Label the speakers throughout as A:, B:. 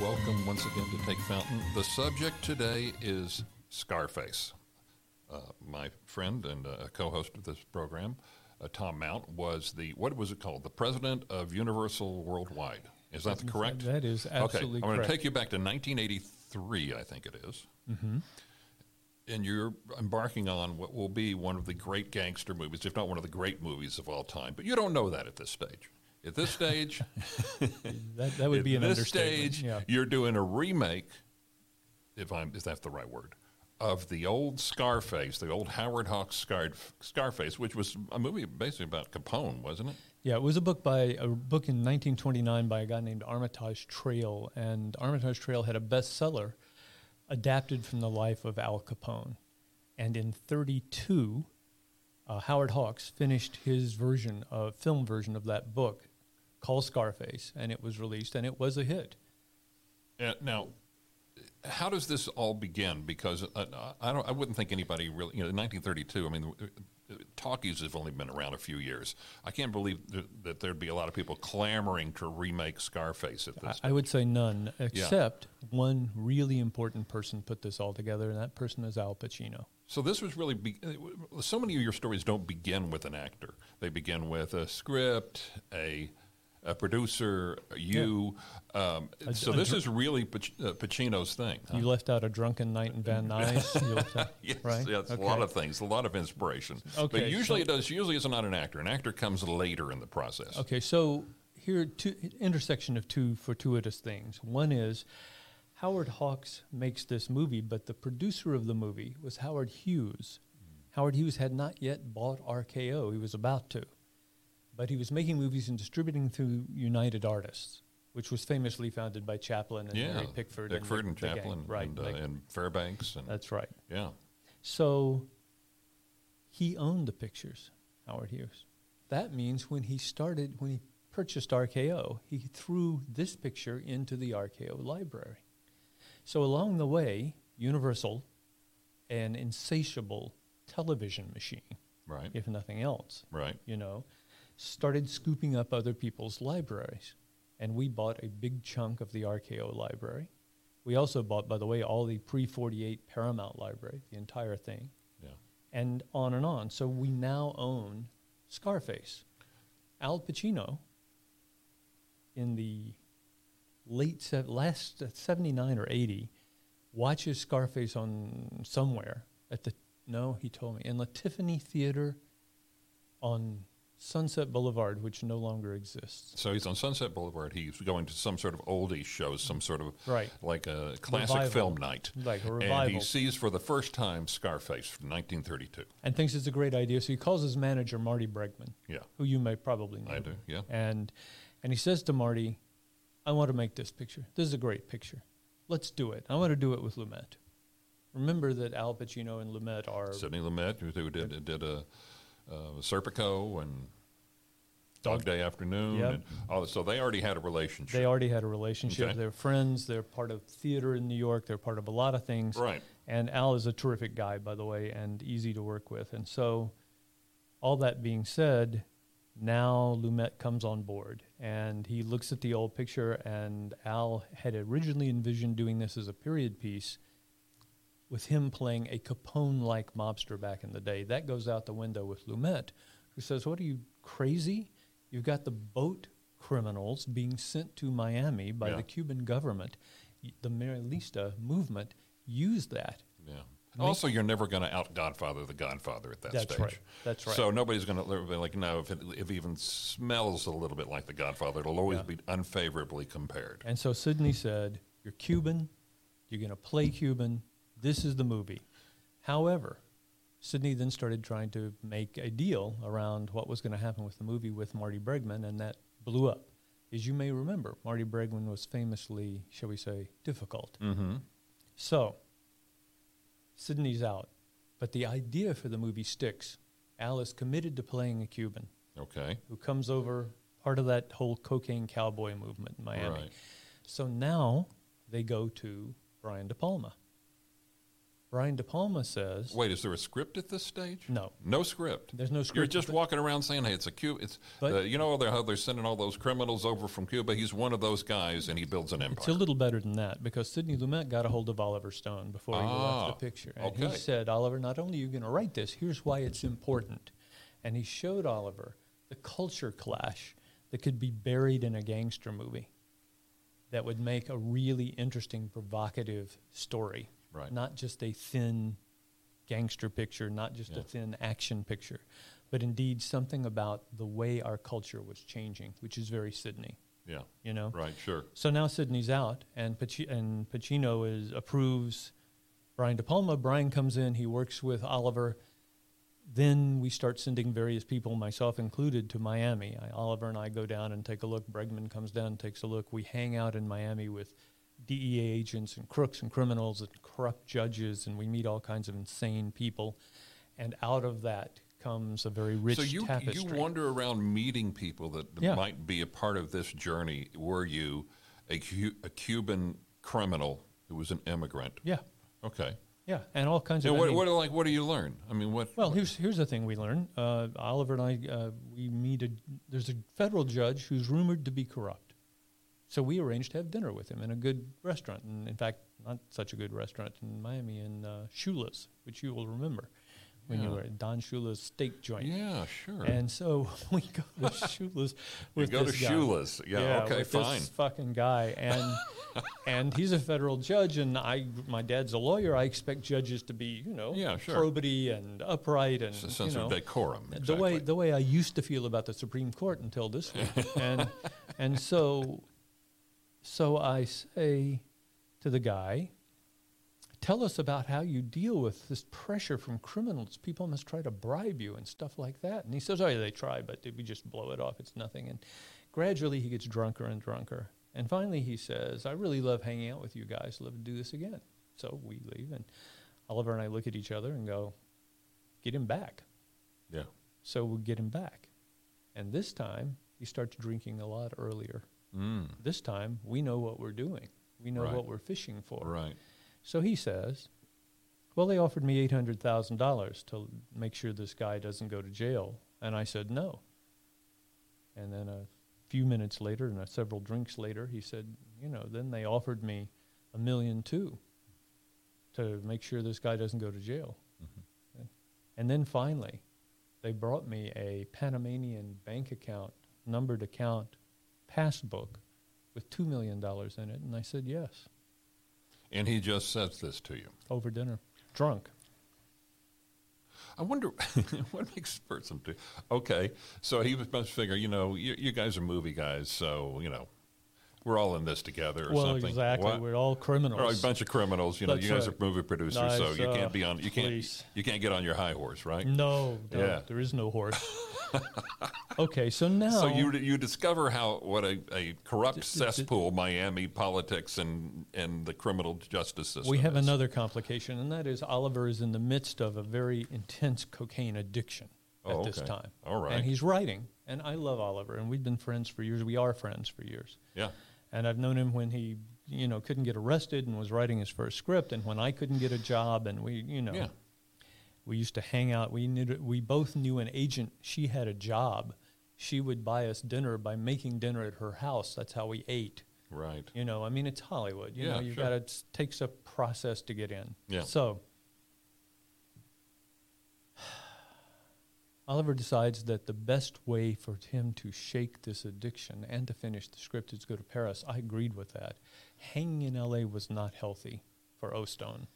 A: Welcome once again to Take Fountain. The subject today is Scarface. Uh, my friend and uh, co-host of this program, uh, Tom Mount, was the what was it called? The president of Universal Worldwide. Is that the correct?
B: That is absolutely
A: okay. I'm going
B: correct. Mm-hmm.
A: to take you back to 1983, I think it is. And you're embarking on what will be one of the great gangster movies, if not one of the great movies of all time. But you don't know that at this stage. At this stage,
B: that, that would
A: at
B: be an
A: this
B: understatement.
A: stage,
B: yeah.
A: you're doing a remake, if I'm if that's the right word, of the old Scarface, the old Howard Hawks Scar, Scarface, which was a movie basically about Capone, wasn't it?
B: yeah, it was a book by a book in 1929 by a guy named Armitage Trail, and Armitage Trail had a bestseller adapted from the life of Al Capone. And in 32, uh, Howard Hawks finished his version of film version of that book called Scarface, and it was released, and it was a hit.
A: Uh, now, how does this all begin? Because uh, I don't, I wouldn't think anybody really, you know, in 1932. I mean, uh, talkies have only been around a few years. I can't believe th- that there'd be a lot of people clamoring to remake Scarface at
B: I,
A: this.
B: I would say none, except one really important person put this all together, and that person is Al Pacino.
A: So this was really be- so many of your stories don't begin with an actor. They begin with a script, a a producer, you. Um, so
B: a
A: this
B: dr-
A: is really Pac- uh, Pacino's thing. huh?
B: You left out a drunken night in Van Nuys. You left out-
A: Yes,
B: right?
A: yes,
B: Okay.
A: a lot of things, a lot of inspiration. but
B: Okay,
A: usually
B: so-
A: it does. Usually it's not an actor. An actor comes later in the process.
B: Okay, so here two intersection of two fortuitous things. One is Howard Hawks makes this movie, but the producer of the movie was Howard Hughes.
A: Hmm.
B: Howard Hughes had not yet bought RKO. He was about to. But he was making movies and distributing through United Artists, which was famously founded by Chaplin and
A: Yeah,
B: Harry Pickford.
A: Pickford and,
B: the- the gang.
A: Chaplin,
B: Right.
A: and, uh,
B: Mick-
A: and Fairbanks, and
B: that's right.
A: yeah.
B: So he owned the pictures, Howard Hughes. That means when he started, when he purchased RKO, he threw this picture into the RKO library. So along the way, Universal, an insatiable television machine,
A: Right.
B: if nothing else,
A: Right.
B: you know, started scooping up other people's libraries. And we bought a big chunk of the RKO library. We also bought, by the way, all the pre 48 Paramount library, the entire thing,
A: Yeah.
B: and on and on. So we now own Scarface. Al Pacino, in the late se- last uh, 79 or 80, watches Scarface on somewhere at the, no, he told me, in the Tiffany Theater on Sunset Boulevard, which no longer exists.
A: So he's on Sunset Boulevard. He's going to some sort of oldies show, some sort of
B: Right.
A: like a classic
B: Revival.
A: film night.
B: Like a
A: And he
B: revival.
A: sees for the first time Scarface from 1932.
B: And thinks it's a great idea. So he calls his manager, Marty Bregman,
A: Yeah,
B: who you may probably know.
A: I do. Yeah.
B: And and he says to Marty, I want to make this picture. This is a great picture. Let's do it. I want to do it with Lumet. Remember that Al Pacino and Lumet are
A: Sidney Lumet, who who did did a uh, Serpico and Dog Day Afternoon,
B: Yep.
A: and all, so they already had a relationship.
B: they already had a relationship.
A: Okay.
B: They're friends. They're part of theater in New York. They're part of a lot of things.
A: Right.
B: And Al is a terrific guy, by the way, and easy to work with. And so, all that being said, now Lumet comes on board and he looks at the old picture. And Al had originally envisioned doing this as a period piece with him playing a Capone like mobster back in the day. That goes out the window with Lumet, who says, What are you crazy? You've got the boat criminals being sent to Miami by
A: Yeah.
B: the Cuban government. Y- The Marilista movement used that.
A: Yeah. Also, you're never going to out Godfather the Godfather at that
B: That's
A: stage.
B: right. That's right.
A: So nobody's going to be like, no, if it, if it even smells a little bit like the Godfather, it'll always be unfavorably compared.
B: And so Sidney said, You're Cuban. You're going to play Cuban. This is the movie. However, Sidney then started trying to make a deal around what was going to happen with the movie with Marty Bregman, and that blew up. As you may remember, Marty Bregman was famously, shall we say, difficult.
A: Mm-hmm.
B: So, Sidney's out, but the idea for the movie sticks. Al is committed to playing a Cuban
A: Okay.
B: who comes over, part of that whole cocaine cowboy movement in Miami.
A: Right.
B: So now they go to Brian De Palma. Brian De Palma says,
A: Wait, is there a script at this stage?
B: No.
A: No script.
B: There's no
A: You're
B: script,
A: just
B: but-
A: walking around saying, "Hey, it's a Cuba." It's
B: But-
A: the- you know they're, how they're sending all those criminals over from Cuba. He's one of those guys, and he builds an
B: It's a
A: empire.
B: little better than that because Sidney Lumet got a hold of Oliver Stone before he
A: Ah,
B: left the picture. And
A: okay.
B: he said, Oliver, not only are you going to write this, here's why it's important. And he showed Oliver the culture clash that could be buried in a gangster movie that would make a really interesting, provocative story.
A: Right.
B: Not just a thin gangster picture, not just
A: Yeah.
B: a thin action picture, but indeed something about the way our culture was changing, which is very Sidney,
A: yeah.
B: you know?
A: Right. Sure.
B: So now Sydney's out, and Paci- and Pacino is approves Brian De Palma. Brian comes in, he works with Oliver. Then we start sending various people, myself included, to Miami. I, Oliver and I go down and take a look. Bregman comes down and takes a look. We hang out in Miami with DEA agents and crooks and criminals and corrupt judges, and we meet all kinds of insane people. And out of that comes a very rich
A: so you you
B: tapestry.
A: wander around meeting people that
B: Yeah.
A: might be a part of this journey. Were you a, Cu- a Cuban criminal who was an immigrant?
B: yeah,
A: Okay.
B: yeah, and all kinds
A: Now,
B: of. I
A: what,
B: mean-
A: what like what do you learn? I mean, what?
B: Well, here's here's the thing we learn. Uh, Oliver and I uh, we meet a there's a federal judge who's rumored to be corrupt, so we arranged to have dinner with him in a good restaurant, and in fact, not such a good restaurant in Miami in uh, Shula's, which you will remember when you
A: Yeah.
B: were at Don Shula's steak joint.
A: yeah, sure.
B: And so we go to Shula's
A: you
B: with
A: go to
B: this guy
A: Shula's. Yeah, okay,
B: with
A: fine.
B: This fucking guy, and and he's a federal judge, and I, my dad's a lawyer. I expect judges to be, you know,
A: Yeah, sure.
B: probity and upright, and
A: It's a sense
B: you know,
A: of decorum.
B: the way
A: exactly.
B: the way I used to feel about the Supreme Court until this week, and and so so I say to the guy, tell us about how you deal with this pressure from criminals. People must try to bribe you and stuff like that. And he says, oh yeah, they try, but we just blow it off. It's nothing. And gradually he gets drunker and drunker, and finally he says, I really love hanging out with you guys. Love to do this again. So we leave, and Oliver and I look at each other and go, get him back
A: yeah.
B: so we'll get him back. And this time, he starts drinking a lot earlier.
A: Mm,
B: This time, we know what we're doing. We know
A: Right.
B: what we're fishing for.
A: right.
B: So he says, "Well, they offered me eight hundred thousand dollars to make sure this guy doesn't go to jail," and I said no. And then a few minutes later, and uh, several drinks later, he said, "You know, then they offered me a million too to make sure this guy doesn't go to jail." And then finally, they brought me a Panamanian bank account, numbered account, passbook with $2 million in it. And I said, yes,
A: And he just says this to you.
B: over dinner, drunk.
A: I wonder what makes a person do. Okay, so he was- must figure, you know, you, you guys are movie guys, so you know, we're all in this together or
B: well,
A: something.
B: exactly.
A: What?
B: We're all criminals.
A: Or a bunch of criminals. You know,
B: That's
A: you guys
B: right.
A: are movie producers,
B: Nice,
A: so you
B: uh,
A: can't be on. You can't.
B: police.
A: You can't get on your high horse, right?
B: no, no,
A: Yeah.
B: there is no horse. okay, so now.
A: So you you discover how what a, a corrupt
B: d- d-
A: cesspool Miami politics and and the criminal justice system.
B: we have
A: is.
B: another complication, and that is Oliver is in the midst of a very intense cocaine addiction at
A: Oh,
B: this
A: okay.
B: time.
A: All right.
B: And he's writing, and I love Oliver, and we've been friends for years. We are friends for years.
A: Yeah.
B: And I've known him when he, you know, couldn't get arrested and was writing his first script, and when I couldn't get a job, and we, you know,
A: Yeah.
B: we used to hang out. We knew, we both knew an agent. She had a job. She would buy us dinner by making dinner at her house. That's how we ate.
A: Right.
B: You know, I mean, it's Hollywood. You
A: Yeah,
B: know, you've
A: sure.
B: got to, it takes a process to get in.
A: Yeah.
B: So Oliver decides that the best way for him to shake this addiction and to finish the script is go to Paris. I agreed with that. Hanging in LA was not healthy for Ostone.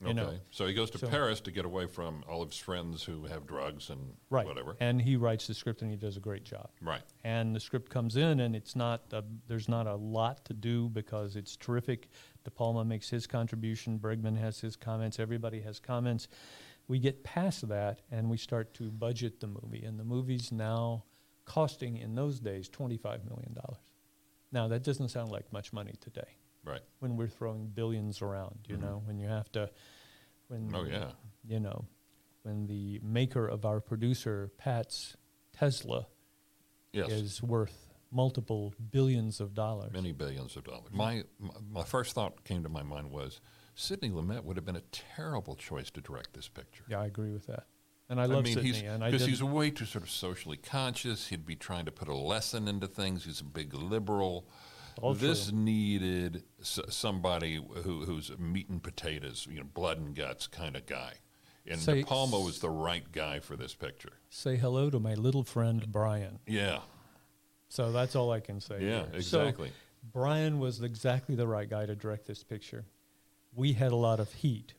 B: You
A: Okay.
B: know,
A: so he goes to
B: so-
A: Paris to get away from all of his friends who have drugs and
B: right.
A: whatever.
B: And he writes the script and he does a great job.
A: right.
B: and the script comes in and it's not a, there's not a lot to do because it's terrific de palma makes his contribution bregman has his comments everybody has comments we get past that and we start to budget the movie and the movie's now costing in those days $25 million now that doesn't sound like much money today
A: Right.
B: when we're throwing billions around you know when you have to when
A: Mm-hmm. Oh yeah.
B: you know, when the maker of our producer, Pat's Tesla,
A: Yes.
B: is worth multiple billions of dollars.
A: Many billions of dollars. My my- my first thought came to my mind was Sidney Lumet would have been a terrible choice to direct this picture.
B: Yeah, I agree with that. And I love
A: mean,
B: Sydney.
A: he's
B: and I
A: because
B: did-
A: he's way too sort of socially conscious. He'd be trying to put a lesson into things. He's a big liberal.
B: All
A: this needed s- somebody who, who's a meat and potatoes, you know, blood and guts kind of guy. And
B: Say-
A: De Palma was the right guy for this picture.
B: say hello to my little friend Brian.
A: Yeah,
B: So that's all I can say.
A: yeah,
B: here. So
A: exactly.
B: Brian was exactly the right guy to direct this picture. We had a lot of heat.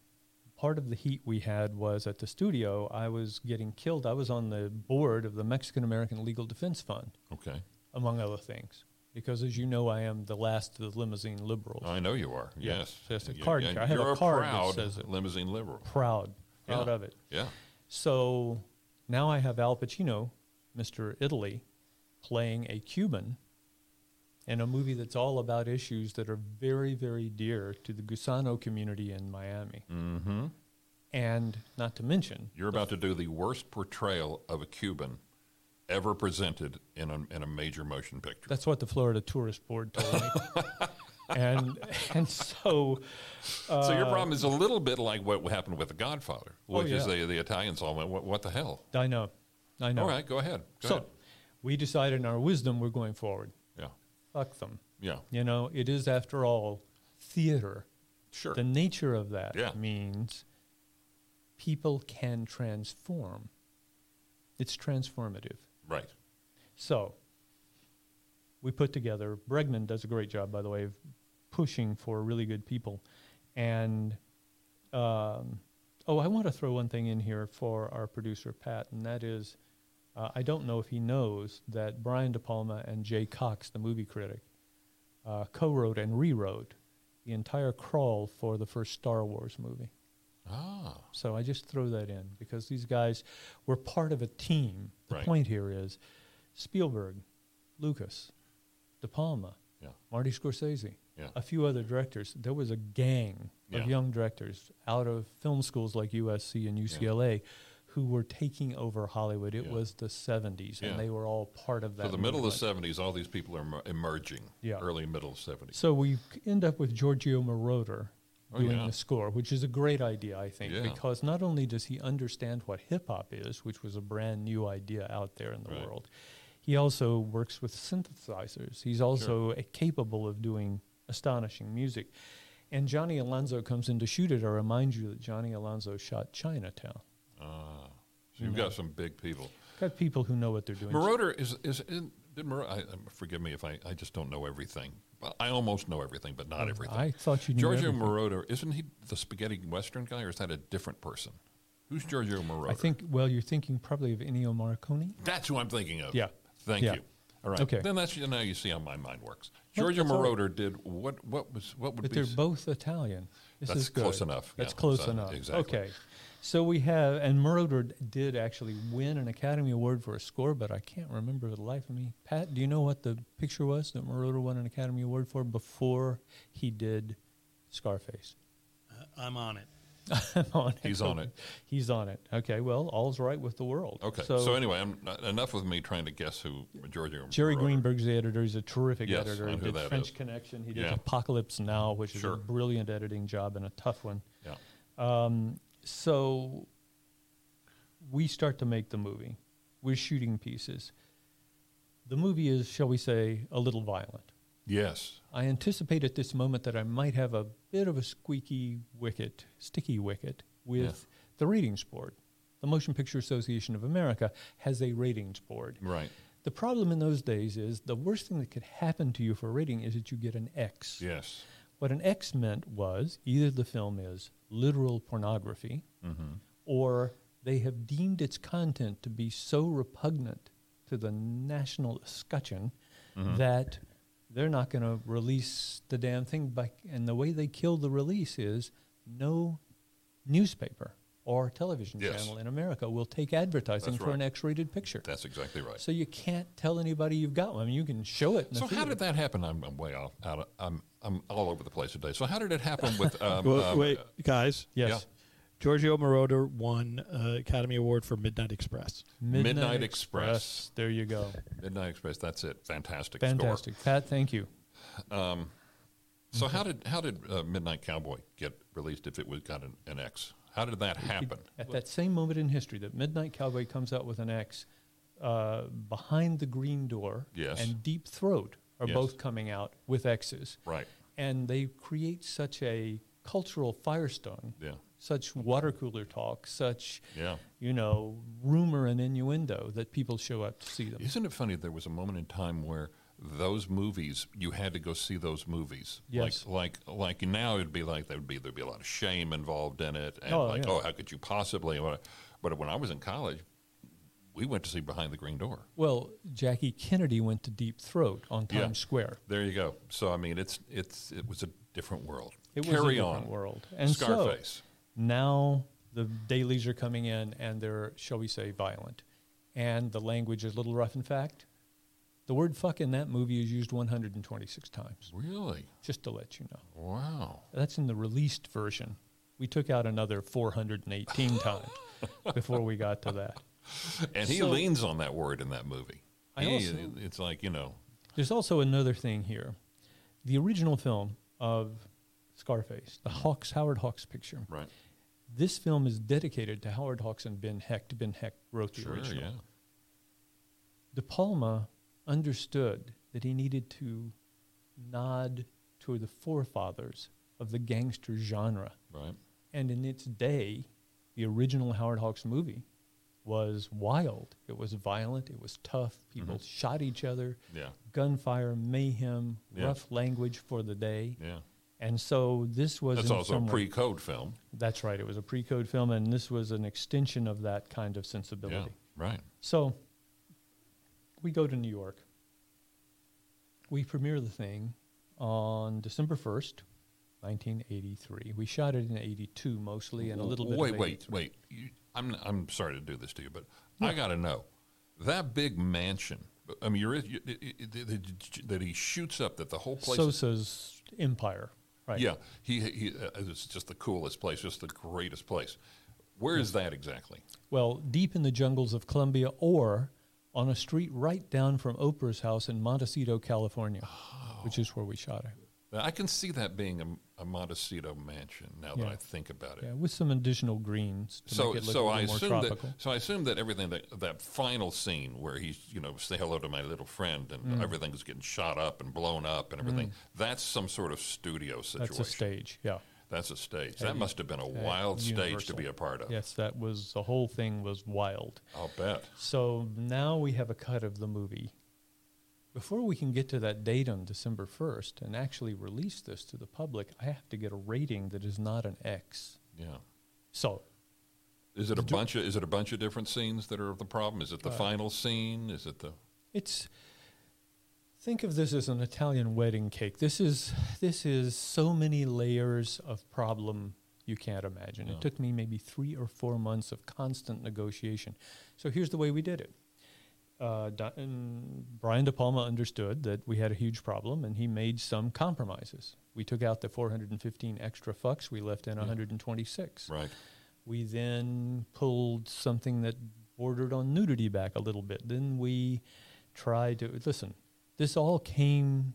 B: Part of the heat we had was at the studio, I was getting killed. I was on the board of the Mexican American Legal Defense Fund,
A: okay,
B: among other things. Because as you know, I am the last of the limousine liberals.
A: I know you are. Yes,
B: Yes, a
A: You-
B: card-
A: yeah,
B: I have a
A: you're
B: card that
A: proud
B: says it.
A: limousine liberal.
B: Proud, proud
A: Yeah.
B: of it.
A: Yeah,
B: So now I have Al Pacino, Mr. Italy, playing a Cuban in a movie that's all about issues that are very, very dear to the Gusano community in Miami. Mm-hmm. And not to mention,
A: you're about to do the worst portrayal of a Cuban ever presented in a, in a major motion picture.
B: that's what the Florida Tourist Board told me. and and so
A: so your problem is a little bit like what happened with The Godfather,
B: Uh, Oh,
A: which is
B: yeah.
A: the the Italians all went, "What, what the hell?"
B: I know, I know.
A: All right, go ahead. Go
B: so
A: ahead.
B: we decided in our wisdom we're going forward.
A: Yeah,
B: Fuck them.
A: yeah,
B: You know, it is after all theater.
A: sure.
B: The nature of that
A: Yeah.
B: means people can transform. It's transformative.
A: Right.
B: So we put together, Bregman does a great job, by the way, of pushing for really good people. And, um, oh, I want to throw one thing in here for our producer, Pat, and that is uh, I don't know if he knows that Brian De Palma and Jay Cox, the movie critic, uh, co wrote and rewrote the entire crawl for the first Star Wars movie.
A: Ah,
B: So I just throw that in because these guys were part of a team. The
A: Right.
B: point here is Spielberg, Lucas, De Palma,
A: yeah,
B: Marty Scorsese,
A: yeah,
B: a few other directors. There was a gang
A: Yeah.
B: of young directors out of film schools like USC and UCLA who were taking over Hollywood. It
A: Yeah.
B: was the 70s,
A: Yeah.
B: and they were all part of that.
A: So the middle of
B: movement.
A: the '70s, all these people are emer- emerging.
B: Yeah.
A: early middle '70s.
B: So we c- end up with Giorgio Moroder
A: Oh,
B: doing
A: yeah.
B: the score, which is a great idea, I think,
A: Yeah.
B: because not only does he understand what hip hop is, which was a brand new idea out there in the
A: Right.
B: world, he also works with synthesizers. He's also uh, capable of doing astonishing music. And Johnny Alonso comes in to shoot it. I remind you that Johnny Alonso shot Chinatown.
A: Ah, so you've got some big people.
B: Got people who know what they're doing.
A: Marauder is is in, did Mar- I, um, forgive me if I, I just don't know everything. Well, I almost know everything, but not everything.
B: Um, I thought you knew
A: Giorgio
B: everything.
A: Moroder isn't he the spaghetti western guy, or is that a different person? Who's Giorgio Moroder?
B: I think, well, you're thinking probably of Ennio Morricone.
A: that's who I'm thinking of.
B: Yeah.
A: thank
B: Yeah.
A: you. All right,
B: Okay.
A: Then that's you now you see how my mind works.
B: No,
A: Giorgio
B: that's all right.
A: Moroder did what? What was what would
B: But
A: be
B: they're
A: s-
B: both Italian. This
A: That's
B: is good.
A: close enough.
B: That's
A: Yeah,
B: close
A: so-
B: enough.
A: exactly.
B: Okay. So we have, and Moroder d- did actually win an Academy Award for a score, but I can't remember for the life of me. Pat, do you know what the picture was that Moroder won an Academy Award for before he did Scarface?
C: I'm on it.
B: I'm on it.
A: He's on it.
B: He's on it. Okay. Well, all's right with the world.
A: Okay. So,
B: So,
A: anyway, I'm, enough with me trying to guess who Giorgio.
B: Jerry
A: Moroder-
B: Greenberg's the editor. He's a terrific
A: Yes,
B: editor.
A: I
B: He
A: know who
B: did
A: that
B: French
A: is.
B: Connection. He did
A: Yeah.
B: Apocalypse Now, which is
A: Sure.
B: a brilliant editing job and a tough one.
A: Yeah.
B: so we start to make the movie. We're shooting pieces. The movie is, shall we say, a little violent.
A: Yes.
B: I anticipate at this moment that I might have a bit of a squeaky wicket, sticky wicket, with the ratings board. The Motion Picture Association of America has a ratings board.
A: Right.
B: The problem in those days is the worst thing that could happen to you for a rating is that you get an X.
A: Yes.
B: What an X meant was either the film is literal pornography
A: Mm-hmm.
B: or they have deemed its content to be so repugnant to the national escutcheon
A: Mm-hmm.
B: that they're not going to release the damn thing. By, and the way they killed the release is no newspaper or television
A: Yes.
B: channel in America will take advertising
A: That's
B: for
A: right.
B: an X rated picture.
A: That's exactly right.
B: so you can't tell anybody you've got one. I mean, you can show it. In the
A: So how
B: theater.
A: did that happen? I'm, I'm way off. Out of, I'm I'm all over the place today. So how did it happen with? Um,
C: Well,
A: um,
C: wait, guys.
B: Yes.
A: yeah.
C: Giorgio Moroder won uh, Academy Award for Midnight Express.
A: Midnight Express.
B: There you go.
A: Midnight Express. That's it. Fantastic.
B: Fantastic. Pat, thank you.
A: So how did how did uh, Midnight Cowboy get released if it was got an, an X? How did that happen?
B: At that same moment in history that Midnight Cowboy comes out with an X, uh, Behind the Green Door
A: Yes.
B: and Deep Throat are
A: Yes.
B: both coming out with X's.
A: Right.
B: And they create such a cultural firestone,
A: Yeah.
B: such water cooler talk, such,
A: Yeah.
B: you know, rumor and innuendo that people show up to see them.
A: Isn't it funny? There was a moment in time where those movies you had to go see those movies.
B: Yes.
A: Like like like now it'd be like there would be there'd be a lot of shame involved in it and
B: Oh,
A: like
B: yeah.
A: oh how could you possibly? But when I was in college, we went to see Behind the Green Door.
B: Well, Jackie Kennedy went to Deep Throat on
A: Yeah.
B: Times Square.
A: There you go. So I mean, it's it's it was a different world.
B: It was a
A: Carry
B: different
A: on.
B: world. And so-
A: Scarface.
B: now the dailies are coming in and they're, shall we say, violent. And the language is a little rough. In fact, the word fuck in that movie is used 126 times,
A: Really?
B: just to let you know.
A: Wow.
B: That's in the released version. We took out another 418 times before we got to that.
A: And he
B: So-
A: leans on that word in that movie.
B: I
A: He-
B: also-
A: it's like you know,
B: There's also another thing here. The original film of Scarface, the Hawks, Howard Hawks picture.
A: right?
B: This film is dedicated to Howard Hawks and Ben Hecht. Ben Hecht wrote the
A: Sure.
B: original.
A: Yeah.
B: De Palma understood that he needed to nod to the forefathers of the gangster genre.
A: Right.
B: And in its day, the original Howard Hawks movie was wild. It was violent. It was tough. People shot each other.
A: Mm-hmm. Yeah.
B: Gunfire, mayhem,
A: Yeah.
B: rough language for the day.
A: Yeah.
B: And so this was
A: That's
B: in
A: also
B: some
A: a
B: way-
A: pre-code film.
B: That's right. It was a pre-code film, and this was an extension of that kind of sensibility.
A: Yeah. Right.
B: So we go to New York. We premiere the thing on December 1st, 1983. We shot it in 82 mostly and a little bit.
A: Wait,
B: of
A: wait, wait. You, I'm I'm sorry to do this to you, but I got to know that big mansion. I mean, you're, you, that- that he shoots up, that the whole place. is-
B: Sosa's Empire, right?
A: yeah, he, he uh, it's just the coolest place, just the greatest place. Where is that exactly?
B: Well, deep in the jungles of Colombia or on a street right down from Oprah's house in Montecito, California,
A: Oh.
B: which is where we shot it.
A: Now, I can see that being a, a Montecito mansion. Now that
B: Yeah.
A: I think about it,
B: Yeah, with some additional greens to
A: so
B: make it look
A: so
B: a little
A: I
B: more
A: assume
B: tropical.
A: that so I assume that everything that that final scene where he's you know say hello to my little friend and
B: Mm.
A: everything's getting shot up and blown up and everything that's some sort of studio situation.
B: That's a stage, yeah.
A: That's a stage. That must have been a wild stage to
B: Universal.
A: be a part of.
B: Yes, that was the whole thing was wild.
A: I'll bet.
B: So now we have a cut of the movie. Before we can get to that date on December 1st and actually release this to the public, I have to get a rating that is not an X.
A: Yeah.
B: So,
A: Is it a bunch of is it a bunch of different scenes that are the problem? Is it
B: Uh,
A: the final scene? Is it the
B: it's think of this as an Italian wedding cake. This is this is so many layers of problem you can't imagine.
A: Yeah.
B: It took me maybe 3 or 4 months of constant negotiation. So here's the way we did it. uh, Di- and Brian De Palma understood that we had a huge problem, and he made some compromises. We took out the 415 extra fucks. We left in 126.
A: right?
B: We then pulled something that bordered on nudity back a little bit. Then we tried to listen. This all came.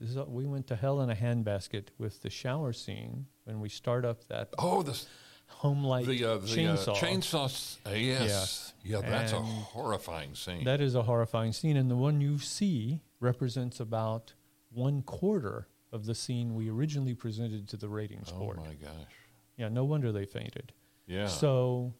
B: This is, all- we went to hell in a handbasket with the shower scene when we start up that
A: Oh, the s-
B: home light
A: the uh, the
B: chainsaw.
A: Uh, chainsaw. s- uh, yes.
B: Yes.
A: Yeah, that's a
B: And
A: horrifying scene.
B: That is a horrifying scene, and the one you see represents about one quarter of the scene we originally presented to the ratings
A: oh
B: board.
A: my gosh.
B: Yeah, no wonder they fainted.
A: Yeah.
B: So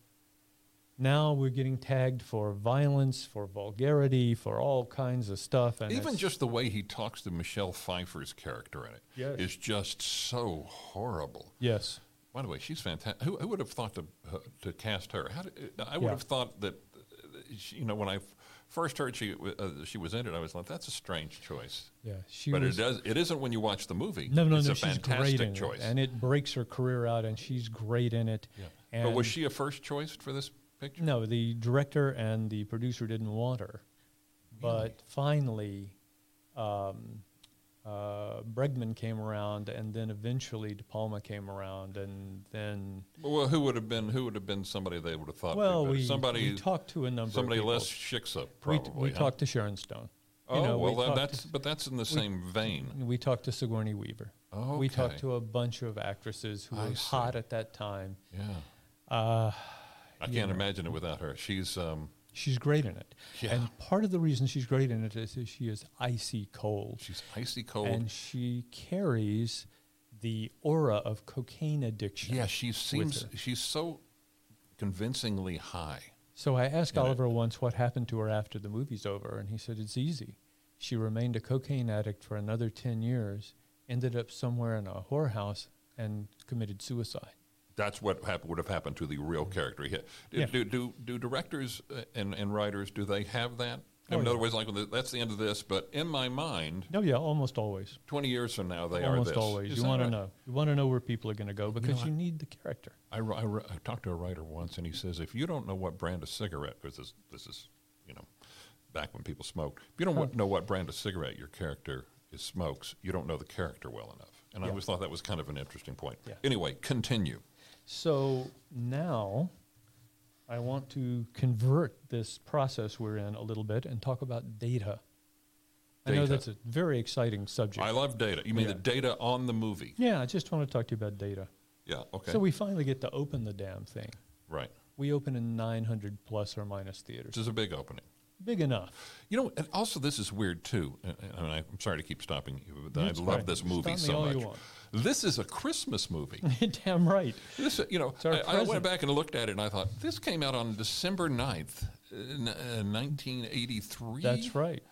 B: now we're getting tagged for violence, for vulgarity, for all kinds of stuff, and
A: Even
B: it's-
A: just the way he talks to Michelle Pfeiffer's character in it is
B: Yes.
A: just so horrible.
B: yes,
A: By the way, she's fantastic. Who, who would have thought to uh, to cast her? How did, I would
B: Yeah.
A: have thought that, uh, she, you know, when I f- first heard she w- uh, she was in it, I was like, that's a strange choice.
B: yeah. She
A: but
B: was,
A: it does. It isn't when you watch the movie.
B: no, no,
A: it's
B: no.
A: a
B: she's
A: fantastic
B: great in
A: choice.
B: it, and it breaks her career out, and she's great in it.
A: Yeah. But was she a first choice for this picture?
B: No, the director and the producer didn't want her. But finally, um, uh, Bregman came around, and then eventually De Palma came around, and then
A: Well, who would have been? Who would have been somebody they would have thought? would be
B: Mm. well,
A: better?
B: we
A: somebody
B: we talked to a number
A: somebody
B: of people.
A: less shiksa
B: We-
A: probably.
B: we
A: huh?
B: talked to Sharon Stone.
A: Oh
B: know, we
A: well, tha-
B: talked-
A: that's but that's in the same vein.
B: We talked to Sigourney Weaver.
A: Oh,
B: We talked to a bunch of actresses who
A: I
B: were
A: see.
B: hot at that time.
A: Yeah. Uh, I can't imagine it without her. She's um,
B: She's great in it.
A: Yeah.
B: And part of the reason she's great in it is, is she is icy cold.
A: she's icy cold.
B: And she carries the aura of cocaine addiction.
A: yeah, she seems
B: her.
A: she's so convincingly high.
B: So I asked
A: Yeah.
B: Oliver once what happened to her after the movie's over, and he said, It's easy. She remained a cocaine addict for another 10 years, ended up somewhere in a whorehouse, and committed suicide.
A: That's what hap- would have happened to the real character. Mm-hmm. Yeah. Do,
B: Yeah.
A: do, do, do directors uh, and, and writers do they have that?
B: Oh,
A: in
B: yeah.
A: other words, like when the- that's the end of this. But in my mind,
B: No, yeah, almost always.
A: twenty years from now, they
B: almost
A: are this.
B: always.
A: Is
B: you
A: that
B: want
A: right?
B: to know. You want to know where people are going to go because
A: I-
B: you need the character.
A: I, ri- I, ri- I talked to a writer once, and he says, if you don't know what brand of cigarette, because this, this is, you know, back when people smoked, if you don't wa- know what brand of cigarette your character is smokes, you don't know the character well enough. And I
B: Yeah.
A: always thought that was kind of an interesting point.
B: Yeah.
A: Anyway, continue.
B: So now I want to convert this process we're in a little bit and talk about data. I know
A: Data.
B: that's a very exciting subject.
A: I love data. You mean
B: Yeah.
A: the data on the movie?
B: yeah, I just want to talk to you about data.
A: Yeah. Okay.
B: So we finally get to open the damn thing.
A: right.
B: We open in 900 plus or minus theaters.
A: This is a big opening.
B: Big enough.
A: You know, and also this is weird too. And, and I am sorry to keep stopping you, but I
B: That's
A: love
B: fine.
A: this movie
B: Stop me
A: so
B: all you
A: much.
B: want.
A: This is a Christmas movie.
B: Damn right.
A: This, uh, you know,
B: our
A: I, I
B: present.
A: went back and looked at it, and I thought this came out on December 9th, uh, n- uh, nineteen eighty three.
B: That's right.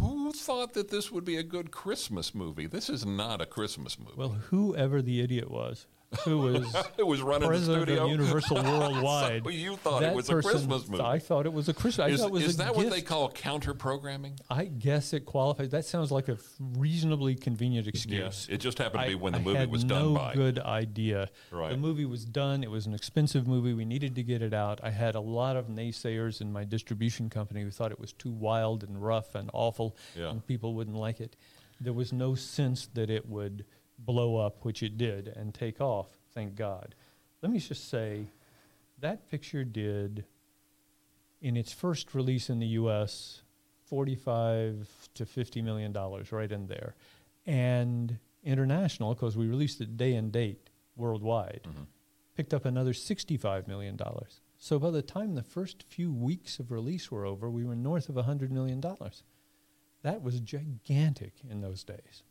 A: Who thought that this would be a good Christmas movie? This is not a Christmas movie.
B: Well, whoever the idiot was who was
A: it was running the
B: president
A: studio.
B: of Universal Worldwide.
A: So you thought it
B: that
A: was a
B: person-
A: Christmas movie.
B: I thought it was a Christmas. I
A: is
B: thought it was
A: is
B: a
A: that
B: gift.
A: what they call counter programming?
B: I guess it qualifies. That sounds like a reasonably convenient excuse.
A: It just happened to be
B: I-
A: when the
B: I
A: movie
B: had
A: was
B: no
A: done by.
B: good idea.
A: Right.
B: The movie was done. It was an expensive movie. We needed to get it out. I had a lot of naysayers in my distribution company who thought it was too wild and rough and awful,
A: Yeah.
B: and people wouldn't like it. There was no sense that it would blow up, which it did, and take off. Thank God. Let me just say, that picture did in its first release in the US 45 to 50 million dollars right in there and international because we released it day and date worldwide
A: Mm-hmm.
B: picked up another 65 million dollars so by the time the first few weeks of release were over we were north of 100 million dollars that was gigantic in those days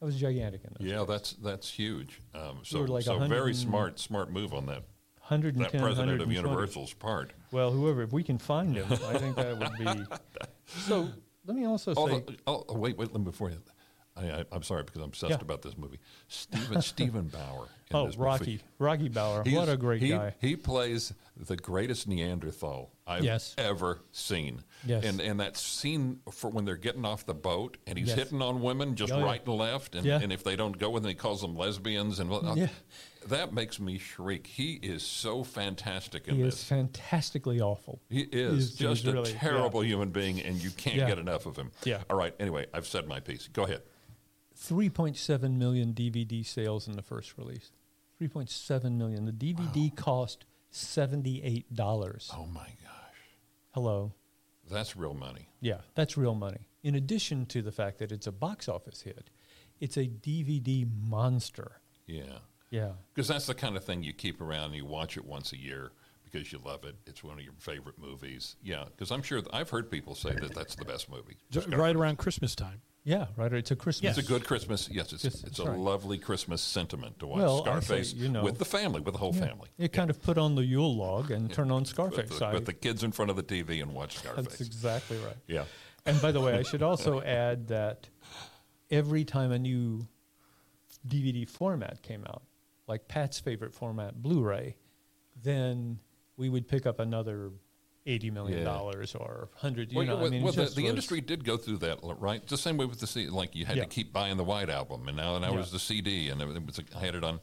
B: that was gigantic in those
A: Yeah, that's that's huge. Um, so
B: were like
A: so very
B: 100
A: smart smart move on that that
B: 110
A: president of
B: 120.
A: Universal's part.
B: well whoever if we can find him i think that would be so let me also say
A: Although, oh, oh, wait, wait, let me before you. I, I, I'm sorry because I'm obsessed
B: Yeah.
A: about this movie. Steven Steven Bauer. In
B: Oh,
A: this
B: Rocky,
A: Movie.
B: Rocky Bauer.
A: He's-
B: what a great
A: he,
B: guy.
A: He plays the greatest Neanderthal I've
B: Yes.
A: ever seen.
B: Yes.
A: And and that scene for when they're getting off the boat and he's
B: Yes.
A: hitting on women just
B: Oh, yeah.
A: right and left and,
B: Yeah.
A: and if they don't go with him he calls them lesbians and uh,
B: Yeah.
A: that makes me shriek. He is so fantastic in
B: He
A: this.
B: is fantastically awful.
A: He is
B: He's- he's
A: just
B: really-
A: a
B: yeah.
A: terrible human being, and you can't
B: Yeah.
A: get enough of him.
B: Yeah.
A: All right. Anyway, I've said my piece. Go ahead.
B: 3.7 million DVD sales in the first release. 3.7 million. The DVD cost $78.
A: Oh my gosh,
B: Hello.
A: that's real money.
B: Yeah, that's real money. In addition to the fact that it's a box office hit, it's a DVD monster.
A: Yeah.
B: Yeah.
A: Because that's the kind of thing you keep around and you watch it once a year because you love it. It's one of your favorite movies. Yeah. Because I'm sure I've heard people say that that's the best movie.
C: Ju- right around Christmas time.
B: Yeah, right. It's a Christmas.
A: It's a good Christmas. Yes, it's,
B: Yes,
A: it's
B: that's
A: a
B: right.
A: lovely Christmas sentiment to watch
B: Well, I say,
A: Scarface
B: you know-
A: with the family, with the whole family.
B: It kind of put on the Yule log and turn on
A: Put
B: Scarface.
A: the,
B: I-
A: put the kids in front of the TV and watch Scarface.
B: that's exactly right.
A: yeah.
B: And by the way, I should also add that every time a new DVD format came out, like Pat's favorite format, Blu-ray, then we would pick up another eighty million dollars or hundred. You
A: Well,
B: know,
A: well,
B: I mean, it
A: well, the,
B: just
A: the
B: was-
A: industry did go through that, l- right? It's the same way with the CD. Like you had
B: Yeah.
A: to keep buying the White album, and now and now it
B: Yeah.
A: was the CD, and it was I had it on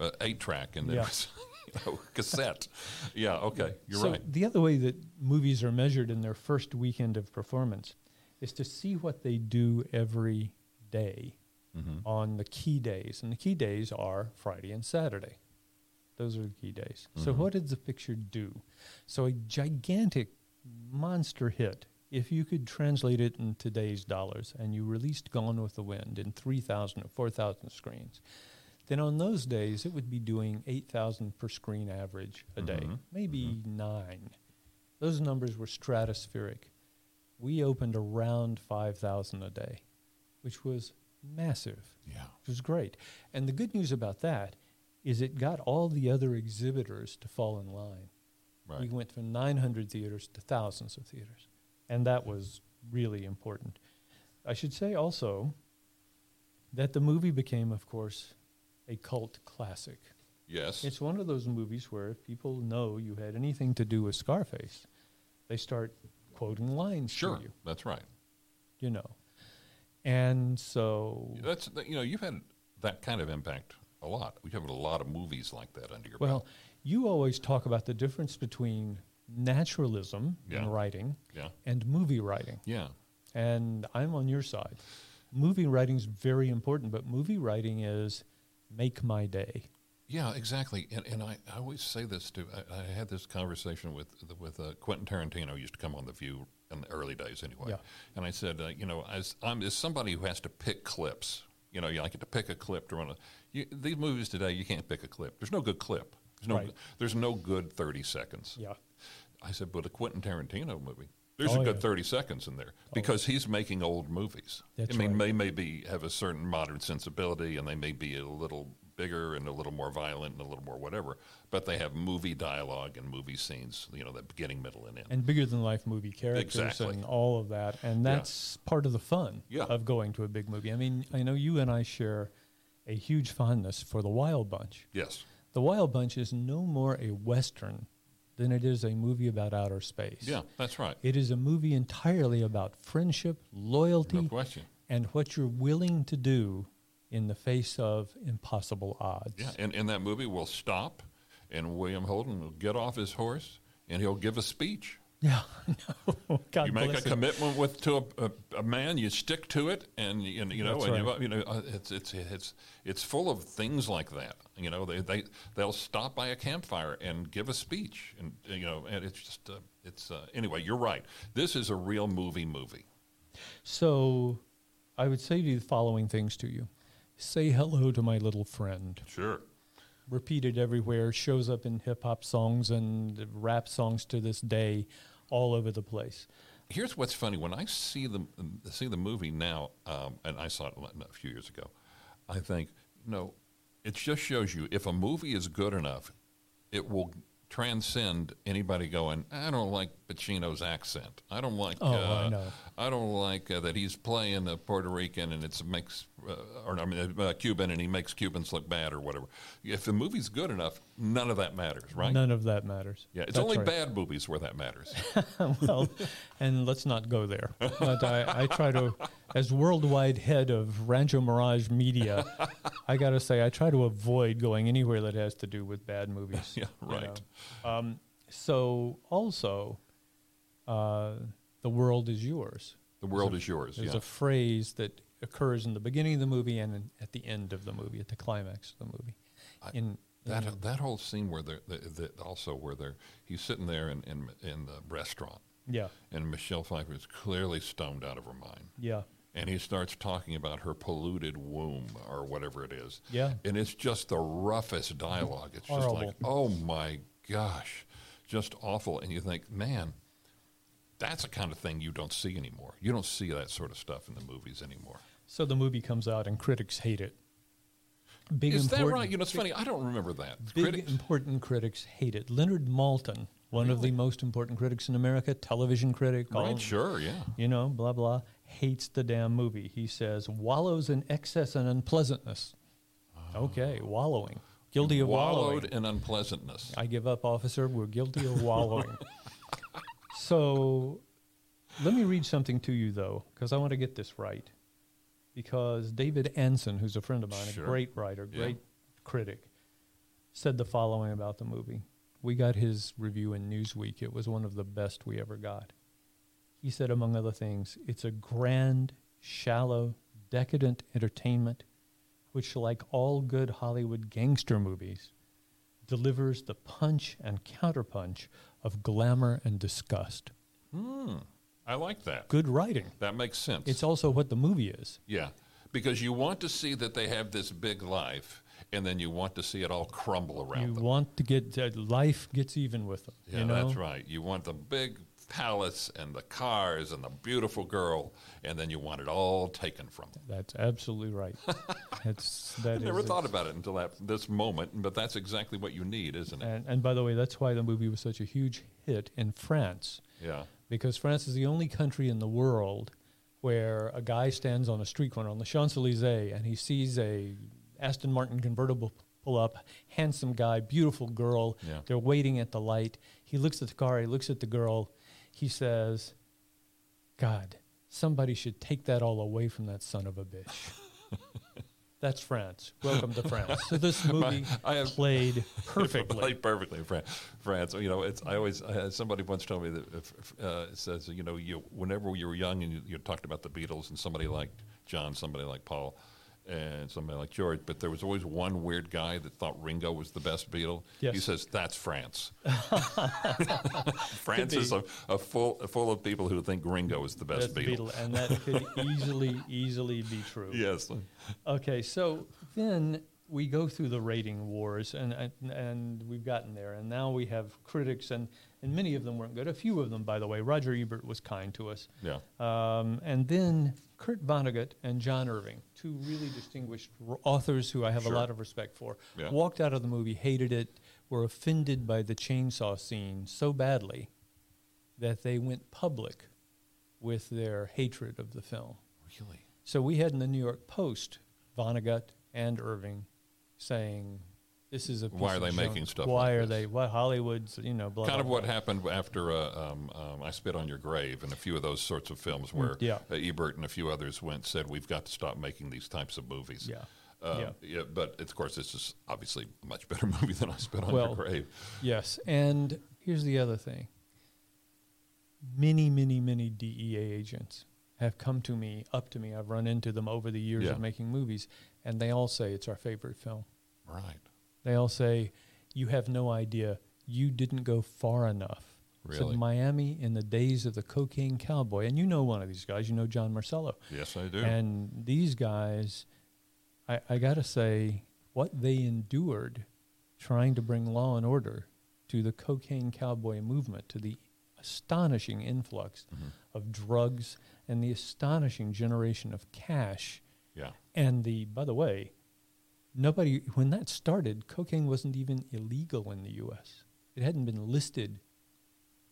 A: uh, eight track, and it
B: Yeah.
A: was you know, cassette. Yeah, okay, you're
B: so
A: right.
B: the other way that movies are measured in their first weekend of performance is to see what they do every day
A: Mm-hmm.
B: on the key days, and the key days are Friday and Saturday. Those are the key days. So what did the picture do? So a gigantic monster hit If you could translate it in today's dollars and you released Gone with the Wind in 3,000 or 4,000 screens, then on those days it would be doing 8,000 per screen average a day,
A: Mhm,
B: maybe nine. Those numbers were stratospheric. We opened around 5,000 a day, which was massive
A: Yeah.
B: which was great. And the good news about that is it got all the other exhibitors to fall in line.
A: Right.
B: We went from 900 theaters to thousands of theaters. And that was really important. I should say also that the movie became, of course, a cult classic.
A: yes.
B: It's one of those movies where if people know you had anything to do with Scarface, they start quoting lines
A: sure.
B: to you,
A: That's right.
B: you know. And so
A: That's that- you know you've had that kind of impact a lot. We have had a lot of movies like that under your
B: Well,
A: belt.
B: you always talk about the difference between naturalism
A: Yeah.
B: in writing
A: Yeah.
B: and movie writing.
A: Yeah.
B: And I'm on your side. Movie writing's very important, but movie writing is make my day.
A: Yeah, exactly. And, and I, I always say this too. I, I had this conversation with with uh, Quentin Tarantino. He used to come on the View in the early days, anyway.
B: Yeah.
A: And I said, uh, you know, as I'm as somebody who has to pick clips, you know, you like to pick a clip to run a. You, these movies today, you can't pick a clip. There's no good clip. There's no.
B: Right.
A: There's no good thirty seconds.
B: Yeah.
A: I said, but a Quentin Tarantino movie. There's
B: Oh,
A: a good
B: yeah.
A: 30 seconds in there because he's making old movies.
B: That's
A: I mean,
B: right.
A: they may be have a certain modern sensibility and they may be a little bigger and a little more violent and a little more whatever, but they have movie dialogue and movie scenes, you know, that beginning, middle, and end.
B: And bigger than life movie characters
A: Exactly.
B: and all of that. And
A: Yeah.
B: that's part of the fun
A: Yeah.
B: of going to a big movie. I mean, I know you and I share a huge fondness for The Wild Bunch.
A: yes.
B: The Wild Bunch is no more a Western than it is a movie about outer space.
A: Yeah, that's right.
B: It is a movie entirely about friendship, loyalty,
A: No question.
B: and what you're willing to do in the face of impossible odds.
A: Yeah, and in that movie, we'll stop and William Holden will get off his horse and he'll give a speech.
B: Yeah, I know. God
A: you make a
B: bless him.
A: commitment with to a, a, a man, you stick to it, and you, and, you know,
B: That's
A: and
B: right.
A: you, you know, uh, it's it's it's it's full of things like that. You know, they they they'll stop by a campfire and give a speech, and uh, you know, and it's just uh, it's uh, anyway. You're right. This is a real movie movie.
B: So I would say to you the following things to you. Say hello to my little friend.
A: Sure.
B: Repeated everywhere, shows up in hip hop songs and rap songs to this day, all over the place.
A: Here's what's funny: when I see the see the movie now, um, and I saw it a few years ago, I think no, it just shows you if a movie is good enough, it will transcend anybody going. I don't like Pacino's accent. I don't like.
B: Oh,
A: uh,
B: I know.
A: I don't like uh, that he's playing a Puerto Rican and it's makes uh, or I mean uh, Cuban and he makes Cubans look bad or whatever. If the movie's good enough, none of that matters, right?
B: None of that matters.
A: Yeah, it's
B: That's
A: only
B: right.
A: bad movies where that matters.
B: well, and let's not go there. But I, I try to, as worldwide head of Rancho Mirage Media, I got to say, I try to avoid going anywhere that has to do with bad movies.
A: Yeah,
B: you
A: right.
B: know. Um, so, also, uh, the world is yours.
A: the world is yours.
B: There's
A: yeah.
B: a phrase that occurs in the beginning of the movie and in, at the end of the movie, at the climax of the movie.
A: I-
B: In,
A: That
B: in-
A: that whole scene where they're the, the, also where they're he's sitting there in, in in the restaurant
B: yeah,
A: and Michelle Pfeiffer is clearly stoned out of her mind
B: yeah,
A: and he starts talking about her polluted womb or whatever it is
B: Yeah.
A: and it's just the roughest dialogue it's just like
B: Horrible.
A: oh my gosh just awful and you think man that's the kind of thing you don't see anymore you don't see that sort of stuff in the movies anymore
B: So the movie comes out and critics hate it. Big
A: is that
B: important-
A: right you know it's funny I don't remember that
B: Big
A: critics
B: important critics hate it. Leonard Maltin, one of the most important critics in America, television critic, all
A: right
B: of-
A: sure yeah
B: you know, blah blah, hates the damn movie. He says wallows in excess and unpleasantness. Okay, wallowing, guilty of
A: Oh. wallowed
B: wallowing.
A: in unpleasantness
B: I give up, officer. We're guilty of wallowing. so let me read something to you, though, because I want to get this right. Because David Anson, who's a friend of mine,
A: Sure.
B: a great writer,
A: Yeah.
B: great critic, said the following about the movie. We got his review in Newsweek. It was one of the best we ever got. He said, among other things, it's a grand, shallow, decadent entertainment which, like all good Hollywood gangster movies, delivers the punch and counterpunch of glamour and disgust.
A: I like that.
B: good writing.
A: That makes sense.
B: It's also what the movie is.
A: yeah, because you want to see that they have this big life, and then you want to see it all crumble around
B: You
A: them.
B: want to get uh, life gets even with them.
A: Yeah,
B: you know?
A: that's right. You want the big palace and the cars and the beautiful girl, and then you want it all taken from them.
B: That's absolutely right. that's that
A: I
B: is
A: never
B: it.
A: thought about it until that this moment, but that's exactly what you need, isn't it?
B: And and by the way, that's why the movie was such a huge hit in France.
A: Yeah.
B: because France is the only country in the world where a guy stands on a street corner on the Champs Elysees and he sees a Aston Martin convertible pull up, handsome guy, beautiful girl.
A: Yeah.
B: They're waiting at the light. He looks at the car. He looks at the girl. He says, "God, somebody should take that all away from that son of a bitch." That's France. Welcome to France. So this movie
A: I have-
B: played
A: Play
B: perfectly.
A: perfectly, Fran- France. You know, it's I always I had somebody once told me that if, if, uh, it says you know you whenever you were young and you, you talked about the Beatles and somebody like John, somebody like Paul, and somebody like George, but there was always one weird guy that thought Ringo was the best Beatle. He
B: Yes.
A: says that's France. France is a, a full full of people who think Ringo is the best
B: That's the
A: Beatle.
B: Beatle, and that could easily, easily be true.
A: Yes,
B: Okay, so then we go through the rating wars, and, and and we've gotten there, and now we have critics, and and many of them weren't good. A few of them, by the way, Roger Ebert was kind to us,
A: yeah.
B: um, and then Kurt Vonnegut and John Irving, two really distinguished r- authors who I have
A: Sure.
B: a lot of respect for,
A: Yeah.
B: walked out of the movie, hated it, were offended by the chainsaw scene so badly that they went public with their hatred of the film.
A: Really?
B: So we had in the New York Post Vonnegut and Irving saying, "This is a piece
A: Why are
B: of
A: they
B: junk.
A: making stuff
B: Why
A: like
B: are
A: this?"
B: they? What Hollywood's you know blah,
A: kind
B: blah,
A: of what
B: blah.
A: happened after uh, um, um, I Spit on Your Grave and a few of those sorts of films where
B: Mm, yeah.
A: uh, Ebert and a few others went said we've got to stop making these types of movies.
B: Yeah.
A: Uh, yeah. but of course, this is obviously a much better movie than I Spit on
B: Well-
A: Your Grave.
B: Yes, and here's the other thing. Many, many, many DEA agents have come to me, up to me. I've run into them over the years
A: Yeah.
B: of making movies, and they all say it's our favorite film.
A: Right.
B: They all say, "You have no idea. You didn't go far enough."
A: Really?
B: Said Miami in the days of the cocaine cowboy, and you know one of these guys. You know John Marcello.
A: Yes, I do.
B: And these guys, I, I gotta say, what they endured trying to bring law and order to the cocaine cowboy movement, to the astonishing influx of drugs and the astonishing generation of cash.
A: yeah.
B: And the, by the way, nobody, when that started, cocaine wasn't even illegal in the U.S., it hadn't been listed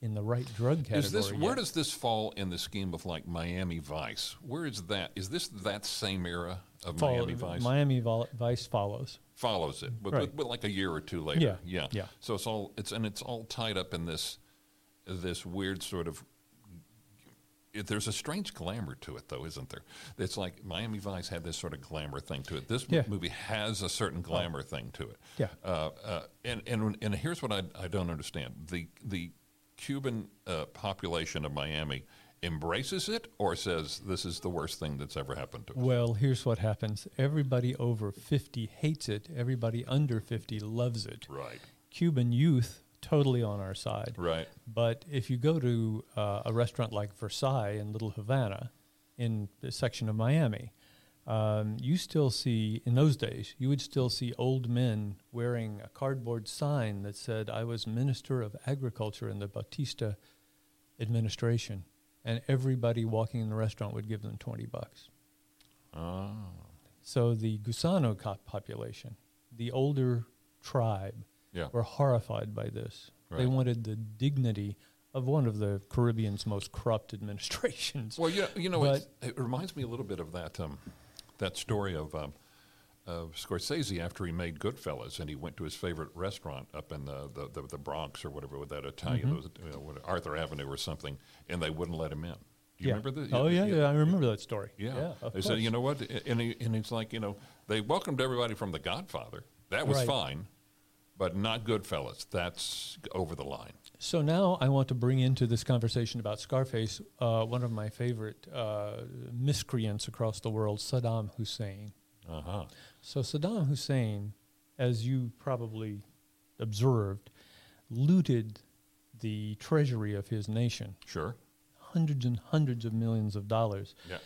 B: in the right drug category.
A: Is this where
B: yet.
A: does this fall in the scheme of like Miami Vice? Where is that? Is this that same era of
B: Follow-
A: Miami Vice?
B: Miami Vol- Vice follows.
A: follows it, but,
B: Right.
A: but, but like a year or two later.
B: Yeah,
A: yeah,
B: yeah.
A: So it's all it's and it's all tied up in this this weird sort of. It, there's a strange glamour to it, though, isn't there? It's like Miami Vice had this sort of glamour thing to it. This m-
B: Yeah. Oh.
A: movie has a certain glamour thing to it.
B: Yeah.
A: Uh, uh, and and and here's what I I don't understand the the Cuban uh, population of Miami embraces it or says this is the worst thing that's ever happened to us.
B: Well, here's what happens everybody over 50 hates it, everybody under 50 loves it.
A: Right.
B: Cuban youth, totally on our side.
A: Right.
B: But if you go to uh, a restaurant like Versailles in Little Havana, in the section of Miami, um, you still see, in those days, you would still see old men wearing a cardboard sign that said, I was Minister of Agriculture in the Batista administration. And everybody walking in the restaurant would give them 20 bucks.
A: Oh.
B: So the Gusano co- population, the older tribe,
A: Yeah.
B: were horrified by this. They
A: Right.
B: wanted the dignity of one of the Caribbean's most corrupt administrations.
A: Well, you know, you know it's, it reminds me a little bit of that um, that story of um, of Scorsese after he made Goodfellas, and he went to his favorite restaurant up in the the, the, the Bronx or whatever with that
B: Mm-hmm.
A: Italian those, you know, what- Arthur Avenue or something, and they wouldn't let him in. Do you remember that?
B: Oh yeah, yeah, I remember that story.
A: Yeah,
B: of
A: they said,
B: course.
A: you know what, and he, and it's like you know they welcomed everybody from The Godfather. That was
B: Right.
A: fine, but not Goodfellas. That's over the line.
B: So now I want to bring into this conversation about Scarface uh, one of my favorite uh, miscreants across the world, Saddam Hussein.
A: Uh huh.
B: So Saddam Hussein, as you probably observed, looted the treasury of his nation.
A: Sure.
B: hundreds and hundreds of millions of dollars
A: Yeah.